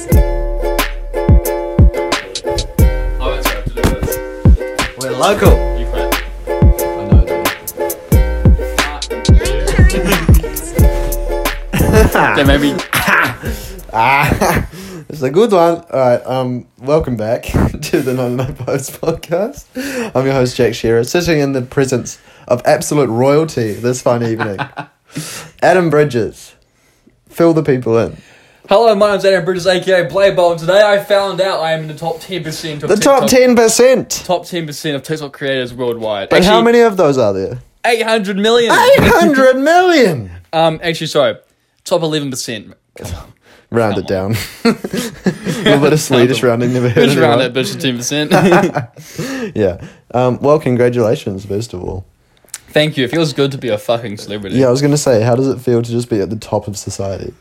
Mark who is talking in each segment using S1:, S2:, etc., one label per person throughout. S1: local.
S2: You crap.
S3: I know. I don't know.
S2: Then maybe
S1: Ah, it's a good one. All right, um, welcome back to the 99 Post podcast. I'm your host, Jack Shearer, sitting in the presence of absolute royalty this fine evening. Adam Bridges, fill the people in.
S3: Hello, my name's Adam Bridges, aka Playball, and today I found out I am in the top 10% of
S1: The top 10%.
S3: Top 10% of TikTok creators worldwide.
S1: But how many of those are there?
S3: 800 million.
S1: 800 million!
S3: um, actually, sorry. Top 11%.
S1: Round it down. a little bit of Swedish rounding never hurt
S3: Just round that
S1: anyone.
S3: bitch to 10%.
S1: Yeah. Um, well, congratulations, first of all.
S3: Thank you. It feels good to be a fucking celebrity.
S1: Yeah, I was going to say, how does it feel to just be at the top of society?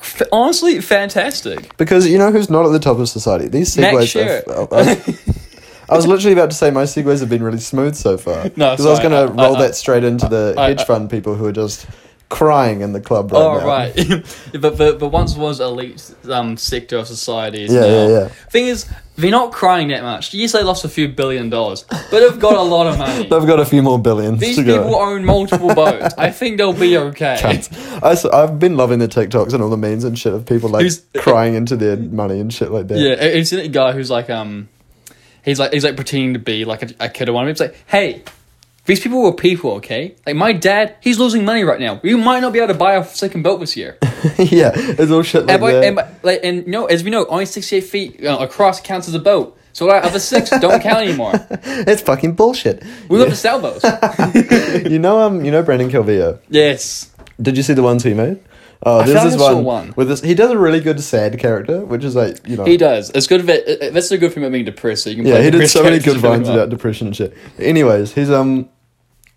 S3: F- honestly, fantastic.
S1: Because you know who's not at the top of society? These
S3: Max
S1: segues.
S3: Scherer.
S1: Are, are- are- I was literally about to say my segues have been really smooth so far.
S3: No,
S1: because I was
S3: sorry,
S1: going to
S3: I- I-
S1: roll
S3: I-
S1: that straight into the
S3: I-
S1: hedge
S3: I-
S1: fund people who are just crying in the club right
S3: All
S1: now.
S3: Oh, right, but, but but once was elite um sector of society. is
S1: Yeah,
S3: now.
S1: yeah, yeah.
S3: Thing is, they're not crying that much. Yes, they lost a few billion dollars, but they've got a lot of money.
S1: They've got a few more billions
S3: These
S1: to go.
S3: people own multiple boats. I think they'll be okay.
S1: I, have been loving the TikToks and all the memes and shit of people like
S3: Who's-
S1: crying into their money and shit like that.
S3: Yeah, it- it's a guy who's like um, he's like he's like pretending to be like a, a kid or one. He's like, hey. These people were people, okay? Like my dad, he's losing money right now. You might not be able to buy a second boat this year.
S1: yeah, it's all shit like
S3: And, by,
S1: that.
S3: and, by, like, and you know, as we know, only 68 feet uh, across counts as a boat. So like, other six don't count anymore.
S1: it's fucking bullshit.
S3: We love to sell those.
S1: you know, um, you know Brandon Calvillo.
S3: yes.
S1: Did you see the ones he made? Oh,
S3: I
S1: there's
S3: found
S1: this
S3: I saw
S1: one,
S3: one.
S1: with this. He does a really good sad character, which is like you know.
S3: He does. It's good. That, uh, uh, that's so good for him at being depressed. So you can
S1: yeah,
S3: play
S1: he did
S3: depressed
S1: so many
S3: characters
S1: good
S3: really
S1: vines
S3: well.
S1: about depression and shit. Anyways, he's um,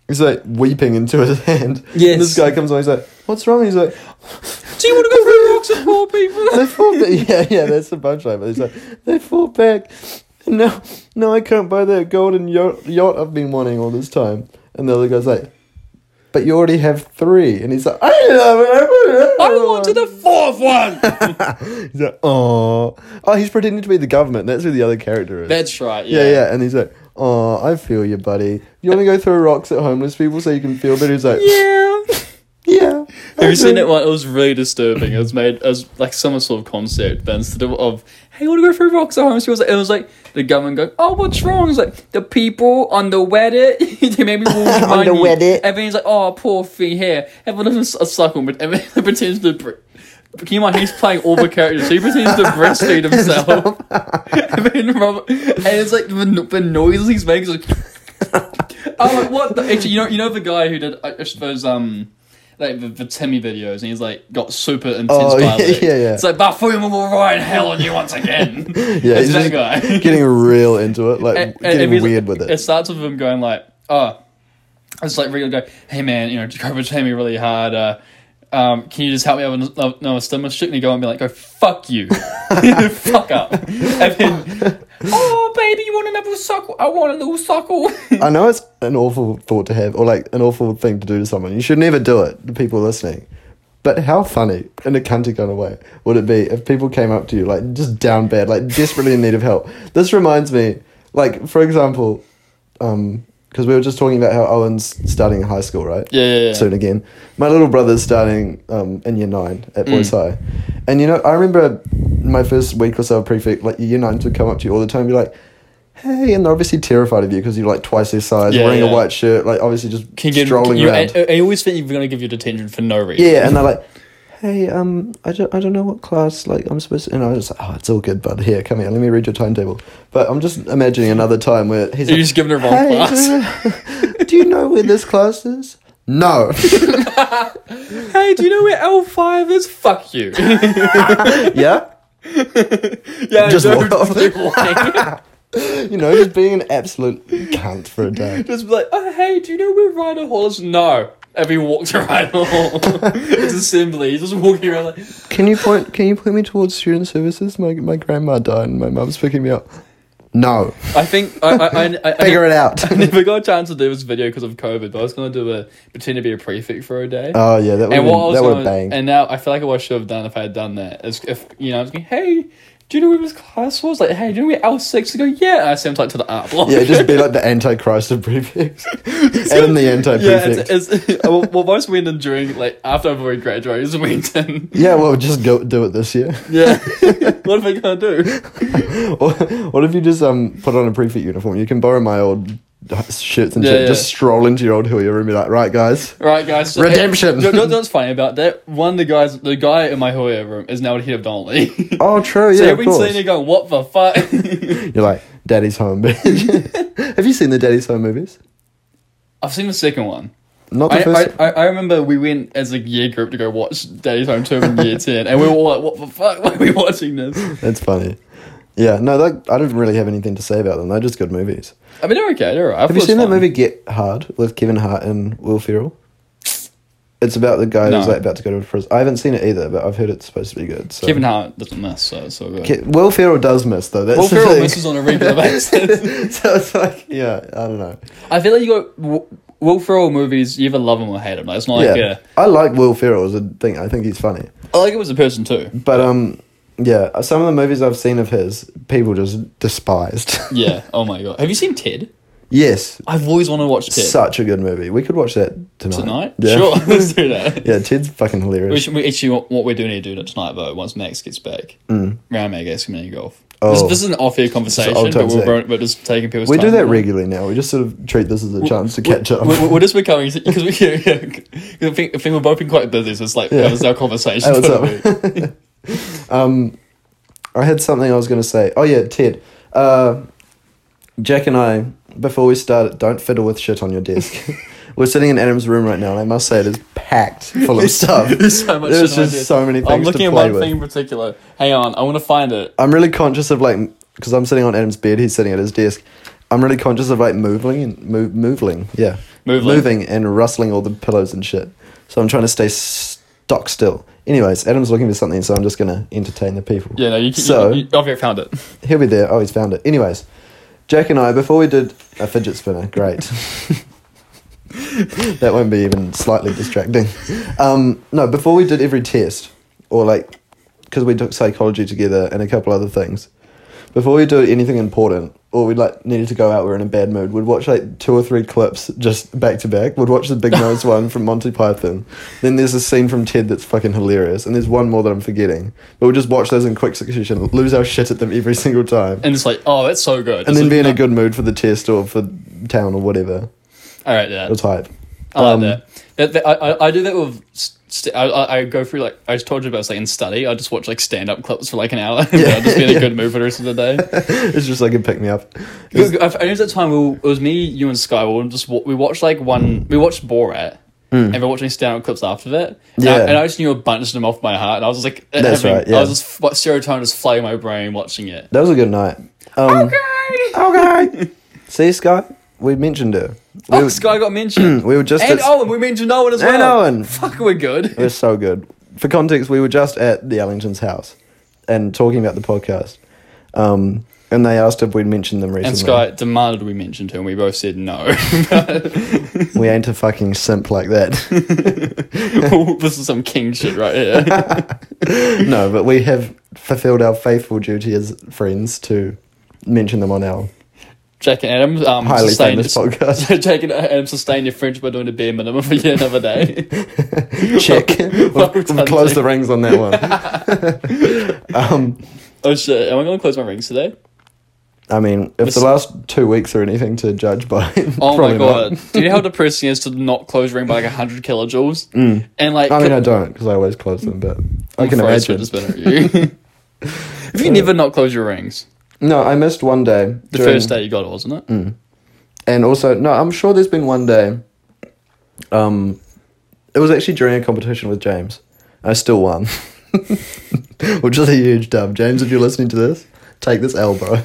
S1: he's like weeping into his hand.
S3: Yes.
S1: And this guy comes on. He's like, "What's wrong?" He's like,
S3: Do you want to go for walks with poor people?
S1: "They fought back." yeah, yeah, that's the punchline. But he's like, "They fought back." No, no, I can't buy that golden yacht, yacht I've been wanting all this time. And the other guy's like, "But you already have three. And he's like, "I love it. I
S3: I
S1: want
S3: wanted the fourth one.
S1: He's like, oh, oh, he's pretending to be the government. That's who the other character is.
S3: that's right. Yeah.
S1: yeah, yeah, And he's like, oh, I feel you, buddy. You want to go throw rocks at homeless people so you can feel better? He's like, yeah.
S3: Yeah. Have you seen that one? It was really disturbing. It was made as like some sort of concept, but instead of, of hey, want to go through rocks at home? She was like, it was like the government going, oh, what's wrong? It's like the people underwed it. they made me walk
S1: On the wet it.
S3: Everyone's like, oh, poor thing here. Everyone doesn't s- suckle, but everyone pretends to. Bre- can you imagine he's playing all the characters? He pretends to breastfeed himself. and, then Robert, and it's like the, no- the noise he's making. Is like, I'm like, what? The? Actually, you know, you know the guy who did I I suppose um, like the, the Timmy videos, and he's like got super intense.
S1: Oh,
S3: by
S1: yeah,
S3: it.
S1: yeah, yeah.
S3: It's like Bafuma will ride hell on you once again.
S1: Yeah,
S3: it's that
S1: he's just
S3: guy.
S1: getting real into it, like
S3: And- and-
S1: getting
S3: and he's-
S1: weird with it.
S3: It starts with him going like, oh, it's like really go, hey man, you know, COVID's hitting me really hard. Uh, um, can you just help me out with no, no, a stimulus check? And he go and be like, go fuck you, fuck up, and then. Oh baby, you want another suckle? I want a little suckle.
S1: I know it's an awful thought to have, or like an awful thing to do to someone. You should never do it to people listening. But how funny, in a cunty kind of way, would it be if people came up to you, like just down bad, like desperately in need of help? This reminds me, like, for example, because we were just talking about how Owen's starting high school, right?
S3: Yeah, yeah, yeah.
S1: Soon again. My little brother's starting um, in year nine at
S3: Mm.
S1: Boys High. And, you know, I remember my first week or so of prefect, like, year nines would come up to you all the time and be like, hey, and they're obviously terrified of you because you're like twice their size,
S3: Yeah,
S1: wearing
S3: yeah.
S1: a white shirt, like obviously just
S3: Can you,
S1: strolling
S3: you,
S1: around.
S3: I, I always think you're going to give you detention for no reason.
S1: yeah, and they're like, hey, um, I don't, I don't know what class like I'm supposed to, and I was just like, oh, it's all good, bud. Here, come here, let me read your timetable. But I'm just imagining another time where he's
S3: You're
S1: like,
S3: just giving her wrong
S1: class. do you know where this class is? No.
S3: Hey, do you know where L5 is? Fuck you.
S1: yeah.
S3: yeah,
S1: Just
S3: no,
S1: walk off.
S3: just walking.
S1: You know, just being an absolute cunt for a day.
S3: Just be like, oh, hey, do you know where Ryder Hall is? No. Every walk to Ryder Hall. it's assembly. He's just walking around like,
S1: Can you point? Can you point me towards student services? My my grandma died, and my mum's picking me up. No.
S3: I think I, I, I, I, I,
S1: Figure it out.
S3: I never got a chance to do this video because of COVID, but I was going to do a pretend to be a prefect for a day.
S1: Oh yeah, that would
S3: and what I
S1: that
S3: was
S1: would
S3: going
S1: bang.
S3: and now I feel like what I should have done if I had done that is if you know I was going, hey, do you know where his class was? Like, hey, do you know where L six? They go, yeah. I sent like to the art block.
S1: Yeah, just be like the antichrist of prefix. Add in the anti
S3: yeah.
S1: prefix.
S3: It's, it's, well, well, most went in during like after I've already graduated, just went in.
S1: yeah, well, just go do it this year.
S3: Yeah, what am I gonna do?
S1: Or- what if you just um put on a prefect uniform? You can borrow my old shirts and
S3: Yeah,
S1: shit.
S3: yeah.
S1: Just stroll into your old Huey room and be like, right, guys.
S3: Right, guys. so-
S1: Redemption.
S3: You know- you know what's funny about that? One, the guys, the guy in my Hoya room is now the head of Donnelly.
S1: Oh, true.
S3: so
S1: Yeah,
S3: you've
S1: of
S3: been
S1: course.
S3: sitting there going, "What the fuck?"
S1: You're like, Daddy's home. bitch." Have you seen the Daddy's home movies?
S3: I've seen the second one.
S1: Not the
S3: I,
S1: first.
S3: I, I, I remember we went as a year group to go watch Daddy's Home Tour in year 10, and we were all like, what the fuck? Why are we watching this?
S1: That's funny. Yeah, no, that, I don't really have anything to say about them. They're just good movies.
S3: I mean, they're okay, they're alright. I
S1: Have you
S3: thought
S1: seen
S3: it was
S1: that
S3: fun.
S1: movie Get Hard with Kevin Hart and Will Ferrell? It's about the guy who's
S3: No.
S1: like about to go to prison. I haven't seen it either, but I've heard it's supposed to be good. So.
S3: Kevin Hart doesn't miss, so it's all good.
S1: Ke- Will Ferrell does miss though. That's
S3: Will
S1: the
S3: Ferrell
S1: thing.
S3: misses on a regular basis.
S1: so it's like, yeah, I don't know.
S3: I feel like you got Will- Will Ferrell movies, you either love them or hate them. Like, it's not like uh,
S1: yeah,
S3: a,
S1: I like Will Ferrell as a thing. I think he's funny,
S3: I like it was a person too.
S1: but um, yeah, some of the movies I've seen of his, people just despised.
S3: Yeah, oh my god. Have you seen Ted?
S1: yes,
S3: I've always wanted to watch Ted.
S1: such a good movie. We could watch that tonight.
S3: tonight?
S1: yeah.
S3: Sure, let's do that.
S1: Yeah, Ted's fucking hilarious.
S3: We should, we actually, what- what we're doing here to do tonight, though, once Max gets back, round Mag gets community golf. This,
S1: Mm. Oh.
S3: this is an off-air conversation,
S1: old
S3: but
S1: time's
S3: we're,
S1: sake.
S3: we're- we're just taking people's
S1: we
S3: time.
S1: do that regularly now. We just sort of treat this as a chance to catch up.
S3: We're, we're just becoming because we, yeah, yeah, 'cause I, think, I think we're both been quite busy, so it's like that was our conversation.
S1: Hey, what's
S3: for the week.
S1: up? um, I had something I was going to say. Oh yeah, Ted. Uh, Jack and I, before we started, don't fiddle with shit on your desk. We're sitting in Adam's room right now, and I must say it is packed full of stuff.
S3: There's so much.
S1: There's
S3: shit I
S1: just
S3: did.
S1: so many things
S3: I'm looking
S1: to
S3: at
S1: play
S3: one
S1: with.
S3: thing in particular. Hang on, I want to find it.
S1: I'm really conscious of like because I'm sitting on Adam's bed, he's sitting at his desk. I'm really conscious of like moving and move, moving, yeah,
S3: Moving.
S1: moving and rustling all the pillows and shit. So I'm trying to stay stock still. Anyways, Adam's looking for something, so I'm just gonna entertain the people.
S3: Yeah, no, you. can-
S1: So-
S3: you, you I've found it.
S1: He'll be there. Oh, he's found it. Anyways, Jack and I before we did a fidget spinner. Great. that won't be even slightly distracting. Um, no, before we did every test or like because we took psychology together and a couple other things. Before we do anything important or we like needed to go out, we are in a bad mood. We'd watch like two or three clips just back to back. We'd watch the Big Nose one from Monty Python. Then there's a scene from Ted that's fucking hilarious, and there's one more that I'm forgetting. But we'll just watch those in quick succession, lose our shit at them every single time,
S3: And it's like, oh, that's so good.
S1: and
S3: It's
S1: then
S3: like,
S1: be in a
S3: no-
S1: good mood for the test or for town or whatever.
S3: All right, yeah.
S1: It was hype.
S3: I like
S1: Um,
S3: that. that, that I, I, I do that with. St- I, I, I go through like I just told you about like in study. I just watch like stand up clips for like an hour. and I'll just be in a
S1: yeah.
S3: good mood for the rest of the day.
S1: It's just like a pick me up.
S3: Because I I remember that time we were, it was me, you, and Sky. We were just wa- we watched like one. We watched Borat, and we we're watching stand up clips after that. And I,
S1: Hmm. Yeah.
S3: and I just knew a bunch of them off by heart, and I was just, like,
S1: That's right, yeah.
S3: I was just what serotonin just flooding my brain watching it.
S1: That was a good night. Um, okay. See, Scott, we mentioned her. We
S3: Oh,
S1: were-
S3: Sky got mentioned,
S1: we were just
S3: and oh.
S1: at-
S3: Owen. We mentioned Owen as well.
S1: And Owen.
S3: fuck, we're good.
S1: It was so good. For context, we were just at the Ellington's house and talking about the podcast. Um, and they asked if we'd mentioned them recently.
S3: And Sky demanded we mentioned her, and we both said no.
S1: We ain't a fucking simp like that.
S3: this is some king shit right here.
S1: no, but we have fulfilled our faithful duty as friends to mention them on our.
S3: Jack and Adam, um,
S1: Highly
S3: sustain-
S1: famous podcast.
S3: Jack and Adam sustain your French by doing the bare minimum for yet another day.
S1: Check. we've,
S3: Well
S1: we've
S3: done,
S1: closed
S3: Jake.
S1: the rings on that one. um,
S3: Oh shit! Am I going to close my rings today?
S1: I mean, if the last two weeks are anything to judge by.
S3: Oh my
S1: probably not.
S3: god! Do you know how depressing it is to not close ring by like hundred kilojoules? Mm. And like,
S1: I mean, I don't because I always close them, but I can imagine.
S3: Just better at you. Have you never not closed your rings?
S1: No, I missed one day.
S3: The first day you got it, wasn't it?
S1: Mm. And also, no, I'm sure there's been one day. Um, it was actually during a competition with James. I still won, which is a huge dub. James, if you're listening to this, take this L, bro.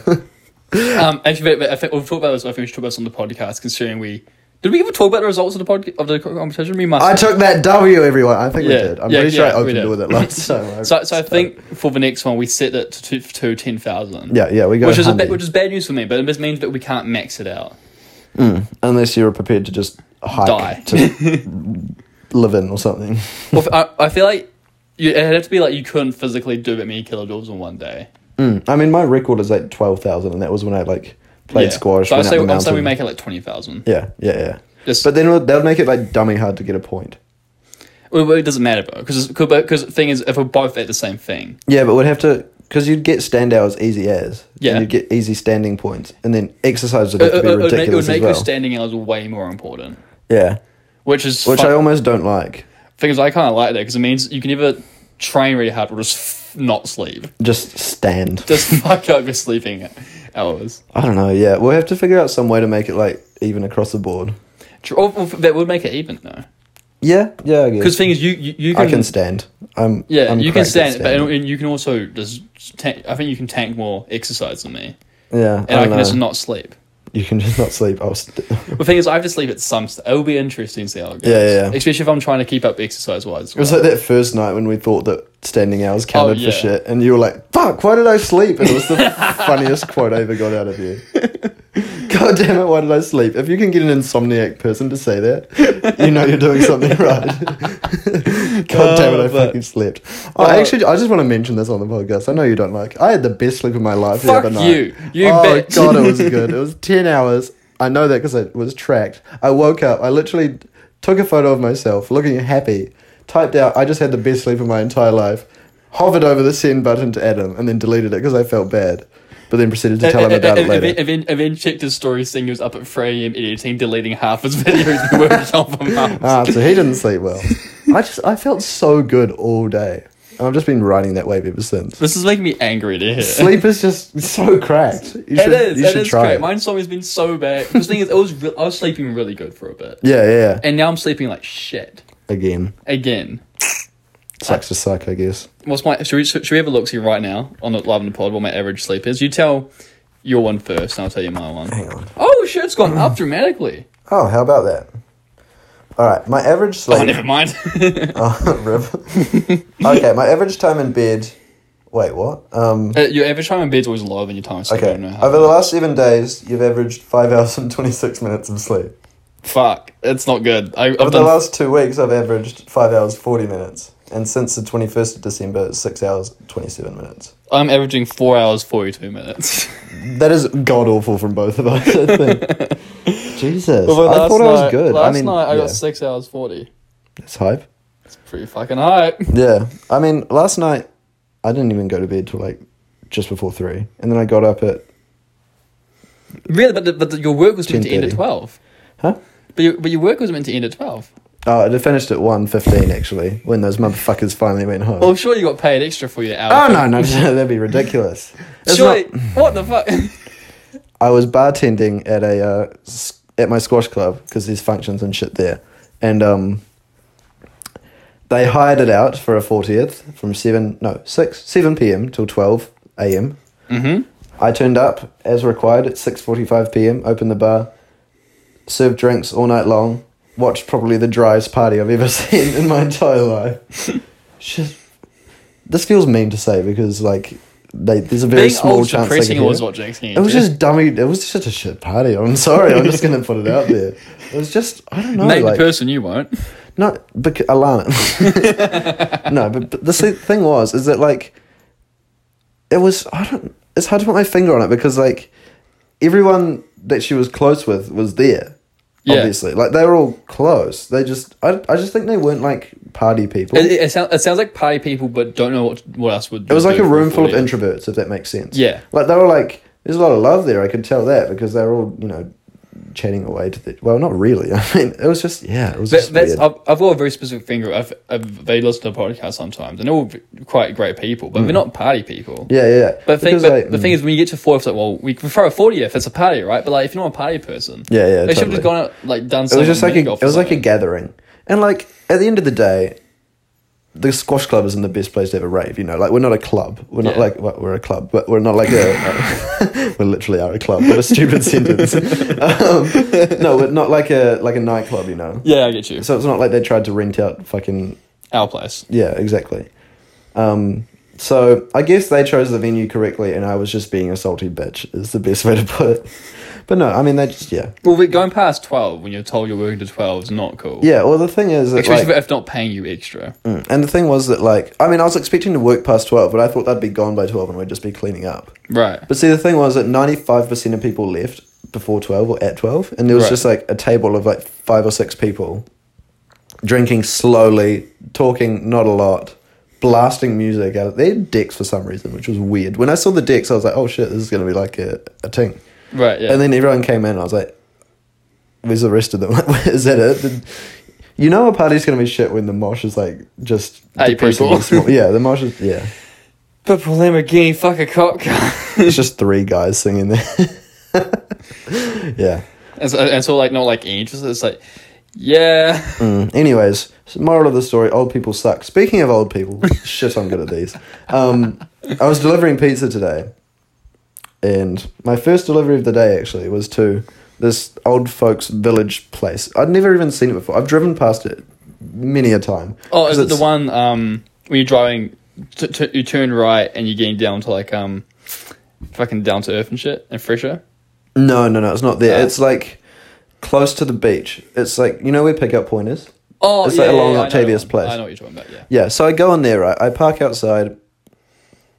S3: Um, actually, but- but I think we've talked about this. I think we should talk about this on the podcast. Considering we did we ever talk about the results of the podcast of the competition? We must.
S1: I took that W, everyone. I think
S3: Yeah,
S1: we did. I'm
S3: yeah,
S1: pretty sure
S3: yeah,
S1: I
S3: we
S1: opened
S3: did.
S1: it with it last time.
S3: So, so I think for the next one we set it to two, to ten thousand.
S1: Yeah, yeah, we go
S3: Which is a
S1: 100.
S3: bit, which is bad news for me, but it just means that we can't max it out.
S1: unless you're prepared to just hike
S3: Die.
S1: to live in or something.
S3: well, I, I feel like you, it'd have to be like you couldn't physically do that many kilojoules in one day.
S1: Mm. I mean, my record is like twelve thousand, and that was when I like played squash.
S3: So I
S1: went
S3: say,
S1: up the
S3: I say we
S1: mountain.
S3: make it like twenty thousand.
S1: Yeah, yeah, yeah.
S3: Just-
S1: but then they'll- they'll make it like dummy hard to get a point.
S3: Well, well, it doesn't matter though, because because the thing is, if we're both at the same thing,
S1: Yeah, but we'd have to because you'd get standouts easy as.
S3: Yeah.
S1: And you'd get easy standing points, and then exercises would
S3: it,
S1: have to
S3: it-
S1: be
S3: it would make, it
S1: ridiculous
S3: would make
S1: as well.
S3: your standing hours way more important.
S1: yeah,
S3: Which is
S1: which
S3: fun-
S1: I almost don't like.
S3: things I kind of like that because it means you can either train really hard or just f- not sleep,
S1: Just stand.
S3: just fuck up your sleeping hours.
S1: I don't know. Yeah, we'll have to figure out some way to make it like even across the board.
S3: Tr- Or, or that would make it even though,
S1: Yeah, yeah, I guess.
S3: because thing is, you you, you can,
S1: I can stand. I'm.
S3: yeah
S1: I'm
S3: you can
S1: cracked at
S3: stand, but
S1: standing.
S3: and, you can also just tank, I think you can tank more exercise than me,
S1: yeah,
S3: and I,
S1: I
S3: can
S1: don't
S3: just
S1: know.
S3: not sleep.
S1: you can just not sleep. I'll. St-
S3: The thing is, I have to sleep at some. St- it'll be interesting to see how it goes.
S1: Yeah, yeah, yeah.
S3: Especially if I'm trying to keep up exercise wise.
S1: It was like that first night when we thought that standing hours counted
S3: Oh, yeah.
S1: for shit, and you were like, "Fuck, why did I sleep?" And it was the funniest quote I ever got out of you. God damn it, why did I sleep? If you can get an insomniac person to say that, you know you're doing something right. God damn it, I
S3: Oh, but-
S1: fucking slept.
S3: Oh.
S1: Oh, actually, I just want to mention this on the podcast. I know you don't like. I had the best sleep of my life
S3: Fuck
S1: the other night.
S3: you, you
S1: oh
S3: bitch.
S1: god, it was good. It was ten hours. I know that because it was tracked. I woke up. I literally took a photo of myself looking happy. Typed out. I just had the best sleep of my entire life. Hovered over the send button to Adam and then deleted it because I felt bad. But then proceeded to tell him about it
S3: And- and-
S1: later.
S3: And then, and then checked his story, saying he was up at 3 a.m. editing, deleting half his videos and working on for months.
S1: Ah, so he didn't sleep well. I just I felt so good all day. And I've just been riding that wave ever since.
S3: This is making me angry to hear.
S1: Sleep is just so cracked. You
S3: It
S1: should,
S3: is.
S1: You
S3: It
S1: should
S3: is
S1: try.
S3: great.
S1: it.
S3: Mine's always been so bad. The thing is, it was re- I was sleeping really good for a bit,
S1: Yeah, yeah, yeah.
S3: and now I'm sleeping like shit
S1: Again,
S3: again.
S1: sucks to suck, I guess.
S3: What's my? Should we, should we have a look see right now on the live on the pod what my average sleep is? You tell your one first, and I'll tell you my one.
S1: Hang on.
S3: Oh shit, it's gone up dramatically.
S1: Oh, how about that? All right, my average
S3: Oh,
S1: sleep.
S3: never mind.
S1: Oh, rip. okay, my average time in bed. Wait, what? Um.
S3: Uh, your average time in bed's always lower than your time in sleep. I
S1: Okay.
S3: don't know how.
S1: Over the last seven days, you've averaged five hours and twenty six minutes of sleep.
S3: Fuck, it's not good. I, I've
S1: Over the
S3: done.
S1: last two weeks, I've averaged five hours forty minutes, and since the twenty first of December, it's six hours twenty seven minutes.
S3: I'm averaging four hours forty-two minutes.
S1: That is god awful from both of us. I think. Jesus,
S3: Over
S1: I
S3: last
S1: thought I was
S3: night-
S1: good.
S3: Last
S1: I mean,
S3: night I
S1: yeah.
S3: got six hours forty.
S1: it's hype.
S3: It's pretty fucking high.
S1: Yeah. I mean, last night I didn't even go to bed till like just before three, and then I got up at
S3: Really, but the, but the, your work was meant to end at
S1: 10:30.
S3: twelve.
S1: huh?
S3: But your, but your work was meant to end at twelve.
S1: Oh, it finished at one fifteen actually when those motherfuckers finally went home.
S3: Well, I'm sure you got paid extra for your
S1: Oh
S3: hour.
S1: no, no, no, that'd be ridiculous. It's
S3: Surely,
S1: not-
S3: what the fuck?
S1: I was bartending at a uh, s- at my squash club because there's functions and shit there, and um, they hired it out for a fortieth from seven no six seven p.m. till twelve a.m.
S3: mm-hmm.
S1: I turned up as required at 6:45 p.m. Opened the bar, served drinks all night long, watched probably the driest party I've ever seen in my entire life. Shit. This feels mean to say because like they, there's a very
S3: Being
S1: small
S3: old
S1: chance they could
S3: depressing was
S1: hear it.
S3: what Jack's
S1: It was just dummy. It was just a shit party. I'm sorry. I'm just gonna put it out there. It was just I don't know.
S3: Name
S1: like,
S3: the person you won't.
S1: no, because Alana. no, but, but the se- thing was is that like, it was I don't. It's hard to put my finger on it because like, everyone that she was close with was there.
S3: Yeah.
S1: Obviously, like they were all close. They just I, I just think they weren't like party people.
S3: It,
S1: It,
S3: it, it, sound, it sounds like party people, but don't know what what else would.
S1: was like
S3: do
S1: a
S3: for
S1: room full of
S3: 40.
S1: introverts, if that makes sense.
S3: Yeah.
S1: Like they were like, there's a lot of love there. I could tell that because they were all you know, chatting away to the. Well, not really. I mean, it was just yeah. It was
S3: That,
S1: just
S3: that's
S1: weird.
S3: I've, I've got a very specific finger. I've, I've, they listen to the podcast sometimes, and they're all quite great people,
S1: Hmm.
S3: but they're not party people.
S1: yeah, yeah. yeah.
S3: But, the thing,
S1: Because,
S3: but
S1: like,
S3: the
S1: mm.
S3: thing is, when you get to four, it's like, well, we can throw a forty if it's a party, right? But like, if you're not a party person,
S1: Yeah, yeah,
S3: they should have just
S1: totally.
S3: gone out like done.
S1: it was just like a, it was like a gathering, and like at the end of the day, the squash club isn't the best place to have a rave. You know, like we're not a club. We're not
S3: Yeah.
S1: like well, we're a club, but we're not like a. we literally are a club. What a stupid sentence. Um, no, we're not like a like a nightclub. You know,
S3: yeah, I get you.
S1: so it's not like they tried to rent out fucking
S3: Our place.
S1: yeah, exactly. Um, So I guess they chose the venue correctly, and I was just being a salty bitch. Is the best way to put it. But no, I mean they just yeah
S3: Well, we going past 12 when you're told you're working to 12 is not cool.
S1: yeah. Well, the thing is, that,
S3: Especially
S1: like,
S3: if not paying you extra.
S1: mm, and the thing was that like I mean I was expecting to work past twelve, but I thought they'd be gone by twelve and we'd just be cleaning up.
S3: Right.
S1: But see, the thing was that ninety five percent of people left before twelve or at twelve, and there was
S3: Right.
S1: just like a table of like five or six people drinking slowly, talking not a lot, blasting music out. They had decks for some reason, which was weird. When I saw the decks, I was like, "Oh shit, this is gonna be like a a ting."
S3: Right, yeah.
S1: And then everyone came in, and I was like, "Where's the rest of them? is that it?" The- you know, a party's gonna be shit when the mosh is like just
S3: Eight
S1: depressingly
S3: people.
S1: small. Yeah, the mosh is yeah.
S3: Purple Lamborghini, fuck a cop car.
S1: It's just three guys singing there. yeah.
S3: and, so, and so, uh, like, not like angels. It's like, yeah.
S1: Mm. Anyways, so moral of the story: old people suck. Speaking of old people, shit, I'm good at these. Um, I was delivering pizza today, and my first delivery of the day actually was to this old folks' village place. I'd never even seen it before. I've driven past it many a time.
S3: Oh, is
S1: 'Cause
S3: it the
S1: it's-
S3: one um, when you're driving, t- t- you turn right and you're getting down to, like, um, fucking down to earth and shit and fresher?
S1: No, no, no. It's not there.
S3: Oh.
S1: It's like close to the beach. It's like you know where pickup point is.
S3: Oh,
S1: It's
S3: yeah,
S1: like
S3: yeah,
S1: along
S3: yeah, I know
S1: Octavius
S3: the one.
S1: Place.
S3: I know what you're talking about, yeah.
S1: Yeah, so I go in there, right? I park outside,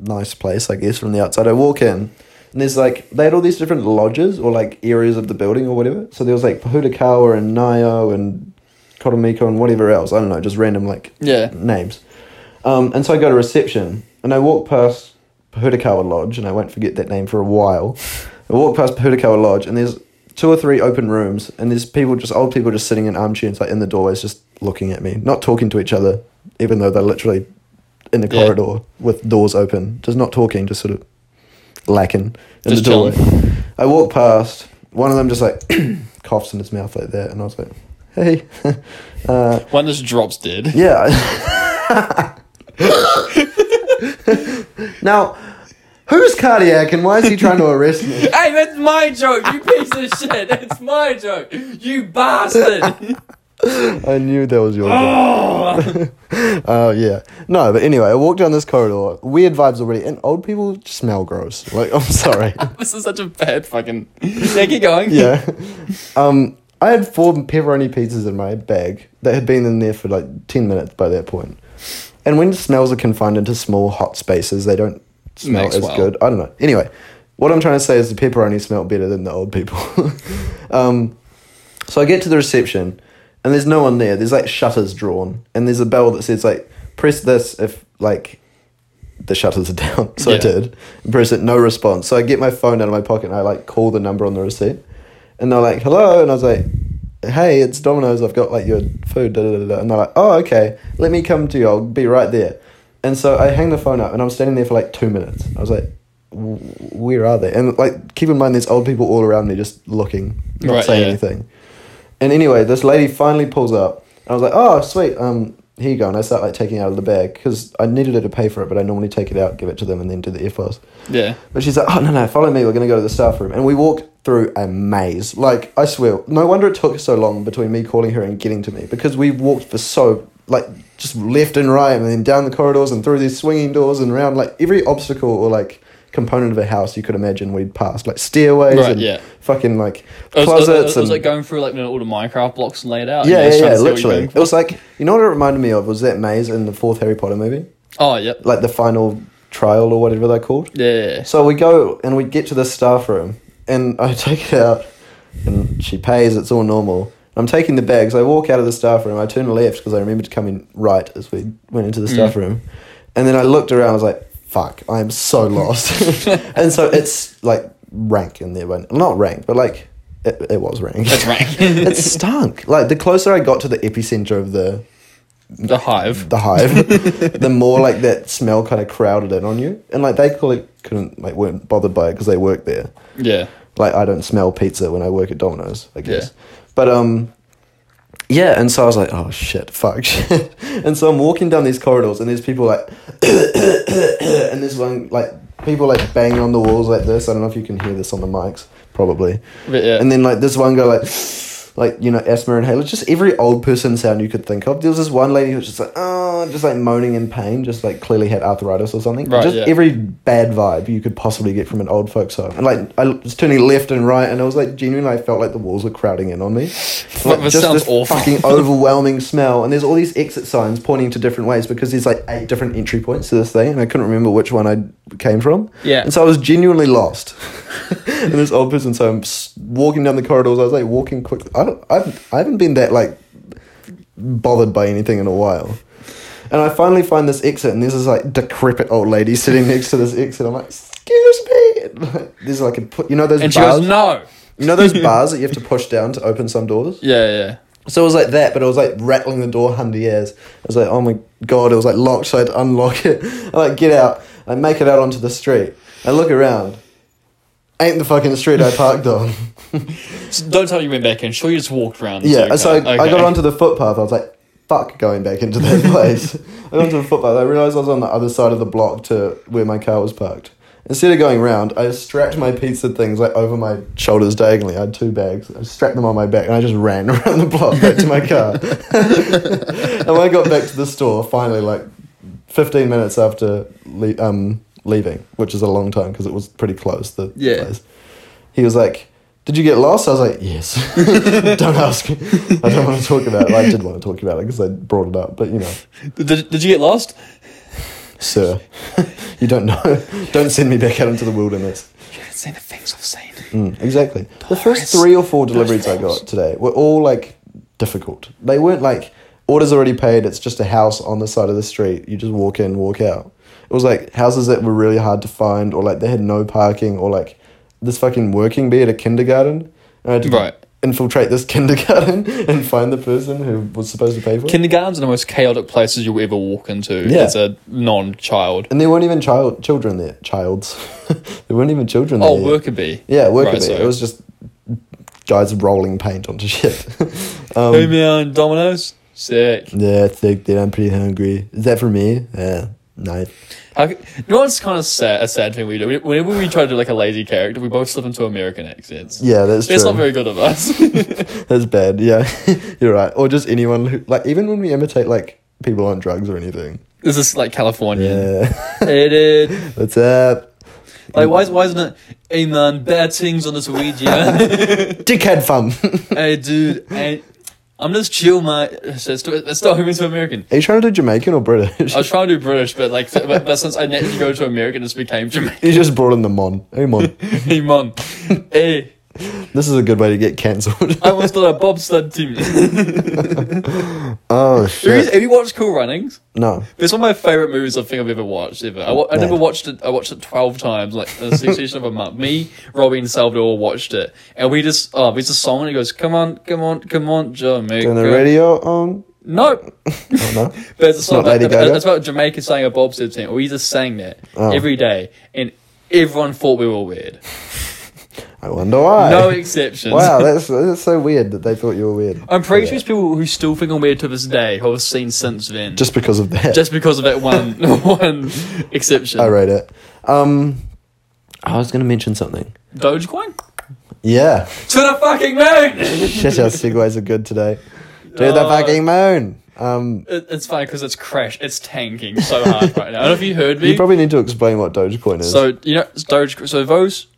S1: nice place, I guess, from the outside. I walk in, and there's like, they had all these different lodges or like areas of the building or whatever. So there was like Pahutakawa and Nayo and Kotomiko and whatever else. I don't know, just random like
S3: Yeah.
S1: names. Um, and so I go to reception, and I walk past Pahutakawa Lodge, and I won't forget that name for a while. I walk past Pahutakawa Lodge, and there's two or three open rooms, and there's people just old people just sitting in armchairs, like in the doorways, just looking at me, not talking to each other, even though they're literally in the
S3: Yeah.
S1: corridor with doors open, just not talking, just sort of lacking in
S3: Just
S1: the doorway. I walk past, one of them just like coughs in his mouth like that, and I was like, hey. uh,
S3: One just drops dead.
S1: yeah. now, who's cardiac and why is he trying to arrest me?
S3: Hey, that's my joke, you piece of shit. It's my joke, you bastard.
S1: I knew that was your job.
S3: oh.
S1: Oh, yeah. No, but anyway, I walked down this corridor. Weird vibes already, and old people smell gross. Like, I'm sorry.
S3: This is such a bad fucking. Yeah, keep going.
S1: yeah. Um, I had four pepperoni pizzas in my bag that had been in there for like 10 minutes by that point. And when smells are confined into small, hot spaces, they don't smell
S3: Mix
S1: as
S3: well.
S1: good. I don't know. Anyway, what I'm trying to say is the pepperoni smelled better than the old people. um, so I get to the reception and there's no one there. There's like shutters drawn and there's a bell that says like, press this if like the shutters are down. So I
S3: Yeah.
S1: did. And press it, no response. So I get my phone out of my pocket and I like call the number on the receipt. And they're like, hello. And I was like, hey, it's Domino's. I've got like your food. Da, da, da, da. And they're like, oh, okay. Let me come to you. I'll be right there. And so I hang the phone up and I'm standing there for like two minutes. I was like, "W- where are they? And like, keep in mind, there's old people all around me just looking, not
S3: Right,
S1: saying
S3: yeah.
S1: anything. And anyway, this lady finally pulls up. And I was like, oh, sweet. Um, here you go. And I start like taking it out of the bag because I needed her to pay for it, but I normally take it out, give it to them, and then do the air files.
S3: Yeah.
S1: But she's like, oh, no, no, follow me. We're going to go to the staff room. And we walked through a maze. Like, I swear, no wonder it took so long between me calling her and getting to me because we walked for so, like, just left and right and then down the corridors and through these swinging doors and around, like, every obstacle or, like, component of a house you could imagine we'd passed. Like, stairways
S3: Right,
S1: and
S3: yeah.
S1: fucking, like,
S3: It was,
S1: closets.
S3: it was- it was
S1: and
S3: like going through like you know, all the Minecraft blocks laid out. and
S1: yeah,
S3: you
S1: yeah,
S3: just
S1: yeah,
S3: trying to see what you're
S1: literally.
S3: going
S1: It
S3: for.
S1: was like, you know what it reminded me of was that maze in the fourth Harry Potter movie?
S3: Oh, yep.
S1: Like, the final trial or whatever they're called.
S3: Yeah. yeah,
S1: So we go and we get to the staff room, and I take it out, and she pays. It's all normal. I'm taking the bags. I walk out of the staff room. I turn left because I remembered coming right as we went into the staff room, and then I looked around. I was like, "Fuck, I am so lost." and so it's like rank in there, but not rank, but like it, it was rank.
S3: That's rank.
S1: it stunk. Like the closer I got to the epicenter of the
S3: yeah. The hive.
S1: the hive, the more like that smell kind of crowded in on you. And like they clearly couldn't like weren't bothered by it because they work there.
S3: Yeah.
S1: Like I don't smell pizza when I work at Domino's, I guess. But um, yeah. And so I was like, oh shit, fuck shit. and so I'm walking down these corridors, and there's people like, and there's one like people like banging on the walls like this. I don't know if you can hear this on the mics, probably.
S3: But yeah.
S1: And then like this one guy like like you know asthma inhalers, just every old person sound you could think of. There was this one lady who was just like, oh, just like moaning in pain, just like clearly had arthritis or something.
S3: Right,
S1: just
S3: yeah.
S1: every bad vibe you could possibly get from an old folks home. And like I was turning left and right, and I was like genuinely, I felt like the walls were crowding in on me. Like,
S3: this
S1: just
S3: sounds
S1: this
S3: awful.
S1: fucking overwhelming smell, and there's all these exit signs pointing to different ways because there's like eight different entry points to this thing, and I couldn't remember which one I came from.
S3: Yeah.
S1: And so I was genuinely lost. and this old person, so I'm s- walking down the corridors. I was like walking quickly. I don't. I've, I haven't been that like bothered by anything in a while. And I finally find this exit, and there's this like decrepit old lady sitting next to this exit. I'm like, excuse me. And, like, there's like a put. You know those
S3: And she
S1: bars.
S3: goes, no.
S1: you know those bars that you have to push down to open some doors.
S3: Yeah, yeah.
S1: So it was like that, but it was like rattling the door hundred years. I was like, oh my god, it was like locked, so I had to unlock it. I like get out, I make it out onto the street. I look around. Ain't the fucking street I parked on.
S3: So don't tell me you went back in. Sure, you just walked around.
S1: yeah,
S3: the
S1: so I,
S3: circle.
S1: I got
S3: Okay.
S1: onto the footpath. I was like, fuck going back into that place. I got onto the footpath. I realised I was on the other side of the block to where my car was parked. Instead of going round, I strapped my pizza things like over my shoulders diagonally. I had two bags. I strapped them on my back and I just ran around the block back to my car. and when I got back to the store, finally, like 15 minutes after le- um, leaving, which is a long time because it was pretty close, the
S3: Yeah.
S1: place, he was like, Did you get lost? I was like, Yes. don't ask. I don't want to talk about it. I did want to talk about it because I brought it up, but you know,
S3: Did, did you get lost?
S1: sir, you don't know. don't send me back out into the wilderness.
S3: You haven't seen the things I've seen.
S1: Mm, exactly. The first
S3: Boris,
S1: three or four deliveries I
S3: things.
S1: got today were all like difficult. They weren't like orders already paid. It's just a house on the side of the street. You just walk in, walk out. It was like houses that were really hard to find, or like they had no parking, or like this fucking working bee at a kindergarten. And I had to
S3: Right.
S1: infiltrate this kindergarten and find the person who was supposed to pay for it.
S3: Kindergartens are the most chaotic places you'll ever walk into
S1: Yeah.
S3: as a non-child.
S1: and there weren't even child children there. Childs. there weren't even children
S3: Oh,
S1: there. yet.
S3: worker bee.
S1: Yeah, working
S3: Right,
S1: bee.
S3: so-
S1: It was just guys rolling paint onto shit. um,
S3: Hey man, Domino's. Sick.
S1: Yeah, I think that I'm pretty hungry. Is that for me? Yeah, nice.
S3: How, c- you know what's kind of sad, a sad thing we do? Whenever we try to do like a lazy character, we both slip into American accents.
S1: Yeah, that's
S3: It's
S1: true.
S3: not very good of us.
S1: that's bad. Yeah, you're right. Or just anyone who, like, even when we imitate like people on drugs or anything.
S3: this is like California.
S1: Yeah.
S3: It is.
S1: What's up?
S3: Like, why, is- why isn't it, hey man, bad things on this Ouija?
S1: Dickhead fun.
S3: hey dude, hey, I'm just chill, mate. That's too- that's not even to American.
S1: Are you trying to do Jamaican or British?
S3: I was trying to do British, but like, but, but since I naturally go to America, it just became Jamaican.
S1: you just brought in the mon. Hey mon,
S3: Hey man, hey,
S1: this is a good way to get cancelled.
S3: I was not a bobsled team.
S1: oh
S3: There is-
S1: shit!
S3: Have you watched Cool Runnings?
S1: No,
S3: It's one of my favorite movies I think I've ever watched ever. I, wa- I
S1: Yeah.
S3: never watched it. I watched it twelve times, like in a succession of a month. Me, Robbie, and Salvador watched it, and we just oh, there's a song and it goes, "Come on, come on, come on, Jamaica."
S1: turn the radio on.
S3: No,
S1: Oh no.
S3: there's a song.
S1: not Lady
S3: about-
S1: Gaga?
S3: It's about Jamaica saying a bobsled team. We just sang that
S1: Oh.
S3: every day, and everyone thought we were weird.
S1: I wonder why.
S3: No exceptions.
S1: wow, that's that's so weird that they thought you were weird.
S3: I'm pretty sure
S1: Yeah.
S3: there's people who still think I'm weird to this day who I've seen since then.
S1: just because of that.
S3: just because of that one one exception.
S1: I read it. Um, I was going to mention something.
S3: Dogecoin?
S1: Yeah.
S3: To the fucking moon!
S1: Shit, our segues are good today. Do the
S3: Oh.
S1: fucking moon. Um,
S3: It- It's funny because it's crashed. It's tanking so hard right now. I don't know if you heard me.
S1: you probably need to explain what Dogecoin is.
S3: so you know it's Doge. So those.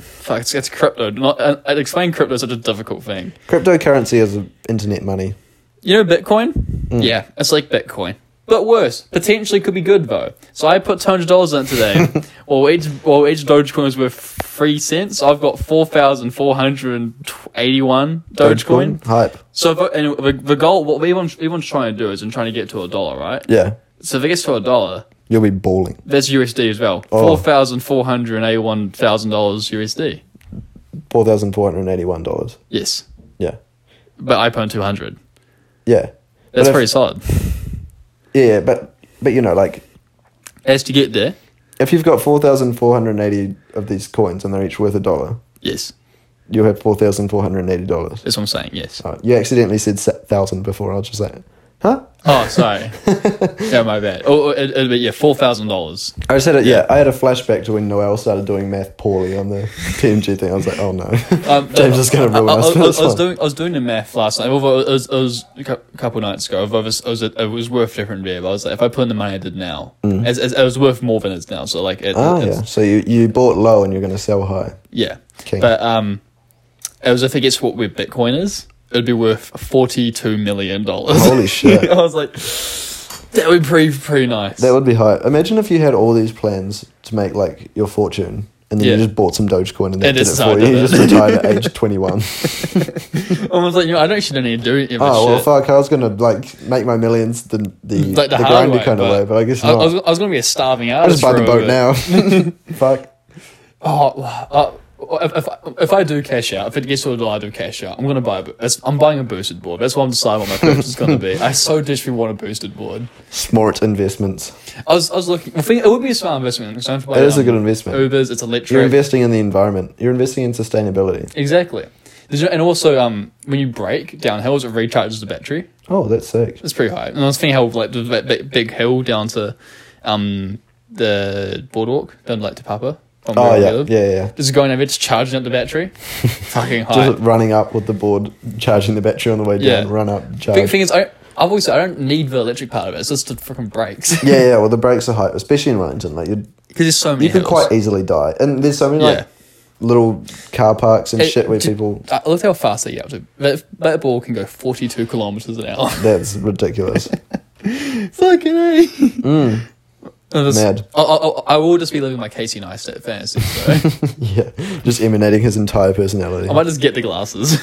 S3: Fuck, it's, it's crypto. Not uh, uh, explain crypto is such a difficult thing.
S1: Cryptocurrency is internet money.
S3: You know Bitcoin?
S1: Mm.
S3: Yeah, it's like Bitcoin, but worse. Potentially could be good though. So I put two hundred dollars in it today. well, each well each Dogecoin is worth three cents. I've got four thousand four hundred eighty-one Dogecoin.
S1: Hype.
S3: So if, and the, the goal, what everyone's, everyone's trying to do is, and trying to get to a dollar, right?
S1: Yeah.
S3: So if it gets to a dollar,
S1: You'll be balling.
S3: That's USD as well.
S1: Oh.
S3: Four thousand four hundred and eighty-one thousand dollars USD.
S1: $4,481.
S3: Yes,
S1: Yeah.
S3: but iPhone two hundred.
S1: Yeah.
S3: That's
S1: if-
S3: pretty solid.
S1: Yeah, but, but you know, like,
S3: As to get there,
S1: if you've got 4,480 of these coins and they're each worth a dollar,
S3: yes,
S1: you'll have $4,480.
S3: that's what I'm saying. Yes,
S1: Uh, Oh, you accidentally said se- thousand before. I was just like, huh?
S3: Oh, sorry. yeah, my bad. Oh, oh, it, it, but yeah, four thousand dollars.
S1: I said it. Yeah, I had a flashback to when Noel started doing math poorly on the TMG thing. I was like, oh no,
S3: Um,
S1: James is going to
S3: I, I,
S1: ruin us.
S3: I,
S1: for
S3: was-
S1: this
S3: I was
S1: one.
S3: doing I was doing the math last night. Although it was, it was a cou- couple nights ago. Although it was, it was, it was worth different beer. But I was like, if I put in the money I did now, it's, it's, it was worth more than it's now. So like, it,
S1: Mm. Ah,
S3: it's,
S1: yeah. So you, you bought low and you're going to sell high.
S3: Yeah.
S1: Okay.
S3: But um, it was if it gets what where Bitcoin is, it'd be worth forty-two million dollars.
S1: Holy shit.
S3: I was like, that would be pretty pretty nice.
S1: That would be high. Imagine if you had all these plans to make like your fortune, and then
S3: Yeah.
S1: you just bought some Dogecoin and that
S3: And
S1: did
S3: it's
S1: it
S3: so
S1: for you. You
S3: did
S1: just
S3: it.
S1: retired at age twenty one.
S3: I was like, you know, I don't actually need to do it.
S1: Oh well,
S3: shit.
S1: fuck! I was gonna like make my millions the the,
S3: like
S1: the,
S3: the, hard
S1: grindy
S3: way,
S1: kind of way, but I guess
S3: I,
S1: not. I,
S3: was, I was gonna be a starving artist.
S1: just buy the
S3: for a
S1: boat
S3: bit.
S1: now. fuck.
S3: Oh, uh, if, if, I- if I do cash out, if it gets to a dollar, I do cash out. I'm gonna buy. A, bo- it's- I'm buying a boosted board. That's what I'm deciding what my purchase is gonna be. I so desperately want a boosted board.
S1: Smart investments.
S3: I was I was looking. I think it would be a smart investment. It is
S1: It is a good investment.
S3: um, Ubers. It's electric.
S1: You're investing in the environment. You're investing in sustainability.
S3: Exactly. There's no- and also, um, when you brake down hills, it recharges the battery.
S1: Oh, that's sick.
S3: It's pretty high. And I was thinking how like the that big, big hill down to, um, the boardwalk down like to Papa. from
S1: Oh
S3: where I
S1: yeah,
S3: live.
S1: yeah, yeah.
S3: Just going over, just charging up the battery. Fucking high.
S1: Just running up with the board, charging the battery on the way down.
S3: Yeah.
S1: Run up,
S3: Big
S1: charge.
S3: thing is, I I've always said I don't need the electric part of it. It's just the fucking brakes
S1: yeah, yeah. Well, the brakes are high, especially in Wellington. Like you,
S3: because there's so many.
S1: you could
S3: hills.
S1: quite easily die. And there's so many like
S3: Yeah.
S1: little car parks and
S3: It-
S1: shit where
S3: d-
S1: people.
S3: I look how fast they get up to. That, that ball can go 42 kilometers an hour.
S1: That's ridiculous.
S3: Fucking A. I was-
S1: Mm. Mad.
S3: I, I, I will just be living my Casey Neistat fantasy. So
S1: yeah, just emanating his entire personality.
S3: I might just get the glasses.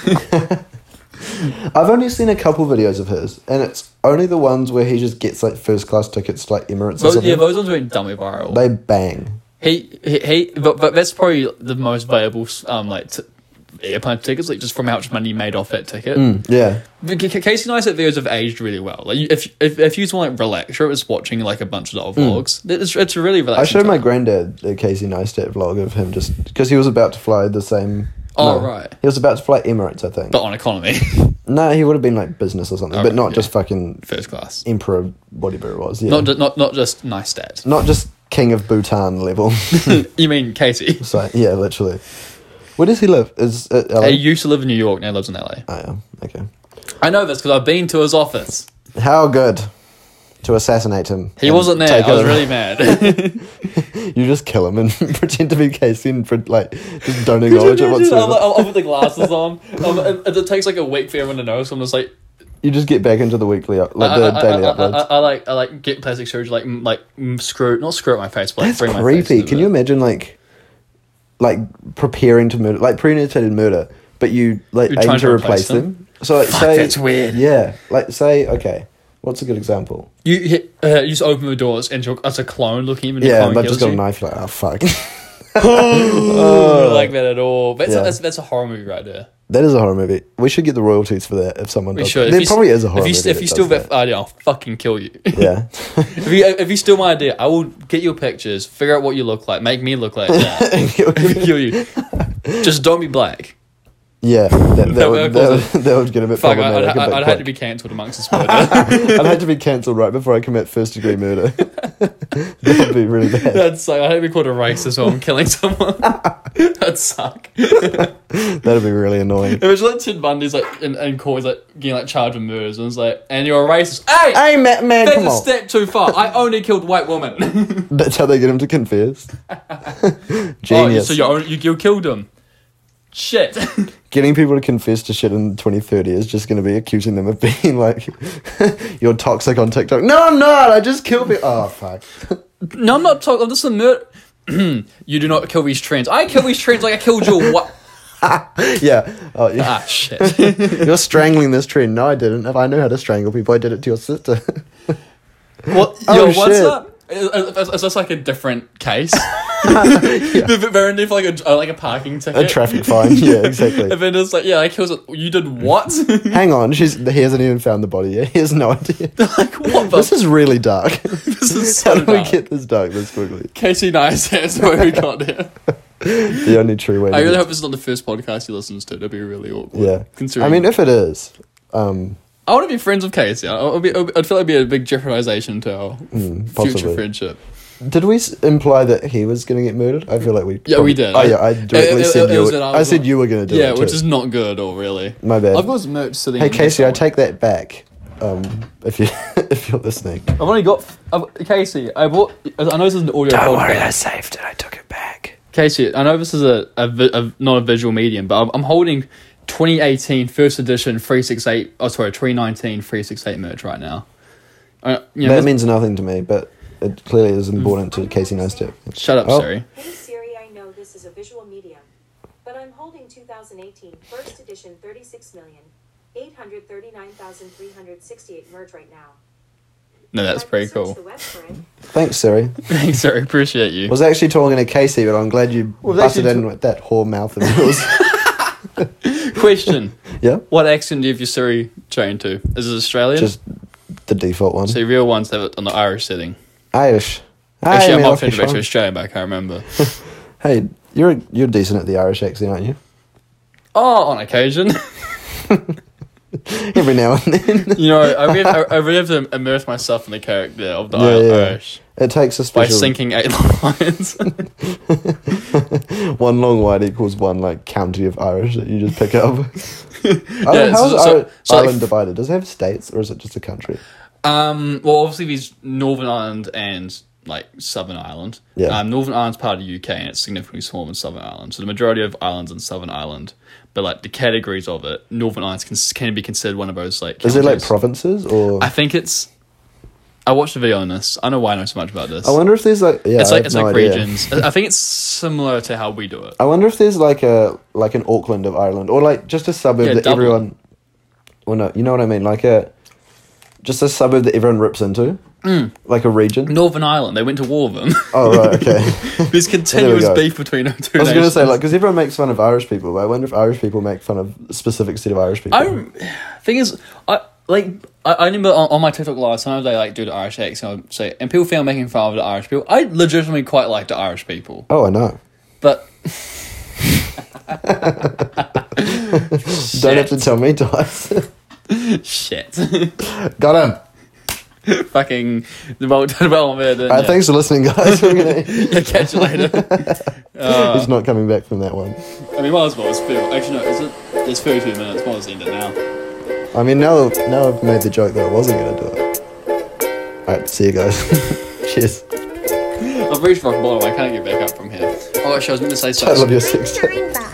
S1: I've only seen a couple videos of his, and it's only the ones where he just gets like first class tickets to like Emirates or
S3: those, yeah,
S1: something.
S3: those ones went dummy viral.
S1: they bang.
S3: he, he, he but, but that's probably the most valuable um like t- airplane tickets, like just from how much money he made off that ticket.
S1: Hmm. Yeah,
S3: But Ca- Ca- Casey Neistat videos have aged really well. Like you- if if if you just want like relax, sure, it was watching like a bunch of the vlogs. It's it's really
S1: Hmm. I
S3: relaxing.
S1: showed my
S3: time.
S1: granddad the Casey Neistat vlog of him just because he was about to fly the same.
S3: Oh, right.
S1: He was about to fly Emirates, I think.
S3: but on economy,
S1: no, he would have been like business or something, but
S3: Alright,
S1: not
S3: yeah.
S1: just fucking
S3: first class.
S1: emperor, whatever it was. Yeah,
S3: Not ju- not not just Neistat.
S1: not just king of Bhutan level.
S3: you mean Casey?
S1: So yeah, literally. Where does he live? Is it LA?
S3: He used to live in New York, now lives in LA.
S1: oh, yeah. Okay.
S3: I know this because I've been to his office.
S1: How good to assassinate him.
S3: He
S1: and
S3: wasn't there.
S1: take
S3: I was
S1: over.
S3: really mad.
S1: You just kill him and pretend to be Casey and pre- like just don't
S3: Could you
S1: acknowledge it
S3: imagine?
S1: whatsoever.
S3: I'm, like, I'll I'll put the glasses on. Um, and- and it takes like a week for everyone to know, so I'm just like,
S1: you just get back into the weekly up, like
S3: I,
S1: the
S3: I- I-
S1: daily
S3: I- I-
S1: uploads.
S3: I- I like, I like get plastic surgery, like, mm, like mm, screw, not screw up my face, but like
S1: That's
S3: bring my face.
S1: creepy.
S3: to
S1: Can
S3: the-
S1: you imagine like like preparing to murder, like premeditated murder, but you like
S3: You're
S1: aim
S3: trying
S1: to replace them? So like
S3: Fuck,
S1: say
S3: that's weird.
S1: Yeah, like say okay. What's a good example?
S3: You, hit- uh, you just open the doors and you're, as a clone looking even.
S1: yeah,
S3: clone
S1: but just got
S3: kills
S1: a
S3: you.
S1: knife. You're like, oh fuck,
S3: I don't like that at all. That's,
S1: Uh, Yeah.
S3: that's that's a horror movie right there.
S1: that is a horror movie. We should get the royalties for that if someone.
S3: We
S1: does.
S3: should. If
S1: There
S3: you s-
S1: probably is a horror
S3: If you,
S1: movie.
S3: s- if
S1: that
S3: you
S1: does
S3: still
S1: that.
S3: have idea, I'll fucking kill you.
S1: yeah.
S3: if you if you steal my idea, I will get your pictures, figure out what you look like, make me look like that, and kill you. Just don't be black.
S1: yeah, that, that,
S3: That
S1: would,
S3: would
S1: that,
S3: cause
S1: would, that would get a bit
S3: Fuck, I- I'd,
S1: problematic.
S3: I'd,
S1: a bit
S3: I'd
S1: quick.
S3: have to be cancelled amongst this murder.
S1: I'd have to be cancelled right before I commit first degree murder. that would be really bad.
S3: That's like I'd have to be called a racist while I'm killing someone. That'd suck.
S1: That'd be really annoying.
S3: Imagine like Ted Bundy's like in, in court, he's like getting like charged with murders, and it's like, and you're a racist. Hey,
S1: Hey, man, man
S3: that's
S1: come
S3: a
S1: on.
S3: step too far. I only killed white women.
S1: That's how they get him to confess.
S3: oh, you-
S1: Genius.
S3: so you only- you you killed him. Shit.
S1: Getting people to confess to shit in 2030 is just going to be accusing them of being like, you're toxic on TikTok. No, I'm not. I just kill people. Oh, fuck.
S3: No, I'm not talking. I'm just a murder. you do not kill these trends. I kill these trends like I killed your what?
S1: Yeah. Oh, yeah.
S3: Ah, shit.
S1: You're strangling this trend. No, I didn't. If I knew how to strangle people, I did it to your sister.
S3: what?
S1: Oh,
S3: Yo, what's
S1: shit.
S3: up? Is, is, is this like a different case? They're they're in there for like a uh, like a parking ticket.
S1: A traffic fine. Yeah, exactly.
S3: And then it's like, yeah, I killed. You did what?
S1: Hang on. She's, he hasn't even found the body yet. He has no idea.
S3: like what? The,
S1: This is really dark.
S3: this is
S1: How
S3: so
S1: do we
S3: dark.
S1: get this dark this quickly?
S3: Casey Neistat's where we got there.
S1: The only true way.
S3: I
S1: to
S3: really
S1: get-
S3: hope it's not the first podcast he listens to. That'd be really awkward.
S1: yeah.
S3: Considering
S1: I mean, if it is, um,
S3: I want to be friends with Casey. I would be, I'd feel like it'd be a big jeopardization to our future
S1: Hmm, possibly.
S3: friendship.
S1: Did we s- imply that he was going to get murdered? I feel like we.
S3: Yeah, we did.
S1: Oh yeah, I directly
S3: It- it-
S1: said
S3: it
S1: you.
S3: was
S1: were-
S3: an-
S1: I said you were going to do
S3: yeah,
S1: it.
S3: which
S1: too.
S3: is not good at all, really.
S1: my bad.
S3: I've got his merch sitting.
S1: hey
S3: in here
S1: Casey, I
S3: somewhere.
S1: take that back. Um, if you if you're listening,
S3: I've only got I've, Casey. I bought. I know this is an audio podcast.
S1: saved it. I took it back.
S3: Casey, I know this is a, a, vi- a not a visual medium, but I'm, I'm holding 2018 first edition 368. Oh, sorry, 2019 368 merch right now. Uh, you know,
S1: that
S3: this-
S1: means nothing to me, but it clearly is important to Casey Neistat.
S3: shut up,
S1: Oh.
S3: Siri.
S2: Hey Siri, I know this is a visual medium, but I'm holding 2018 first edition 36 million. 839,368 merge right now.
S3: No, that's
S2: I can
S3: pretty
S2: search
S3: cool.
S2: the web for it.
S1: Thanks, Siri.
S3: Thanks, Siri. Appreciate you.
S1: I was actually talking to Casey, but I'm glad you
S3: Was
S1: busted
S3: actually
S1: in
S3: t-
S1: with that whore mouth of yours.
S3: Question:
S1: yeah,
S3: What accent do you have your Siri trained to? Is it Australian?
S1: just the default one.
S3: so real ones have it on the Irish setting.
S1: Irish.
S3: Actually,
S1: Hey,
S3: I'm
S1: man,
S3: not
S1: off your
S3: offended back to
S1: phone.
S3: Australian, but I can't remember.
S1: Hey, you're you're decent at the Irish accent, aren't you?
S3: oh, on occasion.
S1: Every now and then.
S3: You know, I really, I, I really have to immerse myself in the character of the
S1: Yeah, yeah, yeah.
S3: Irish
S1: It takes a
S3: by
S1: special
S3: sinking eight lines.
S1: one long wide equals one like county of Irish that you just pick up. I
S3: Yeah,
S1: don't- how's
S3: so- so-
S1: Ire-
S3: so, like,
S1: Ireland divided? Does it have states or is it just a country?
S3: um, well, obviously, there's Northern Ireland and like Southern Ireland.
S1: Yeah.
S3: Um, Northern Ireland's part of the UK, and it's significantly smaller than Southern Ireland. So the majority of islands in Southern Ireland, but like the categories of it, Northern Ireland can, can be considered one of those like.
S1: Is it like
S3: counties.
S1: provinces or?
S3: I
S1: I,
S3: think it's. I watched a video on this. I know why I know so much about this.
S1: wonder if there's like yeah,
S3: it's
S1: I
S3: like
S1: have
S3: it's
S1: no
S3: like
S1: idea.
S3: regions. I I think it's similar to how we do it.
S1: I wonder if there's like a like an Auckland of Ireland or like just a suburb
S3: Yeah,
S1: that
S3: Dublin.
S1: everyone. Well, no, you know what I mean, like a, just a suburb that everyone rips into,
S3: Mm.
S1: like a region.
S3: Northern Ireland. They went to war with them.
S1: Oh right, okay.
S3: There's continuous
S1: go.
S3: beef between our two
S1: I was going to
S3: nations.
S1: say, like, because everyone makes fun of Irish people, but I wonder if Irish people make fun of a specific set of Irish people.
S3: I don't, thing is, I like I, I remember on, on my TikTok live sometimes I like do the Irish accent. I would say, and people found making fun of the Irish people. I legitimately quite like the Irish people,
S1: oh, I know.
S3: but
S1: Don't have to tell me twice.
S3: shit,
S1: Got him.
S3: fucking well done, well man. didn't
S1: Uh,
S3: ya?
S1: Thanks for listening, guys. We're gonna,
S3: Yeah, catch you later.
S1: he's not coming back from that one.
S3: I mean, might as well. It's Phil. Actually, no. Is it? It's thirty-two minutes. Might as well end it now.
S1: I mean, now now I've made the joke that I wasn't gonna do it. All right, see you guys. Cheers.
S3: I've reached rock bottom. I can't get back up from here. Oh, actually, I was going to say
S1: I love
S3: something.
S1: your sex tape.
S4: Green Bell.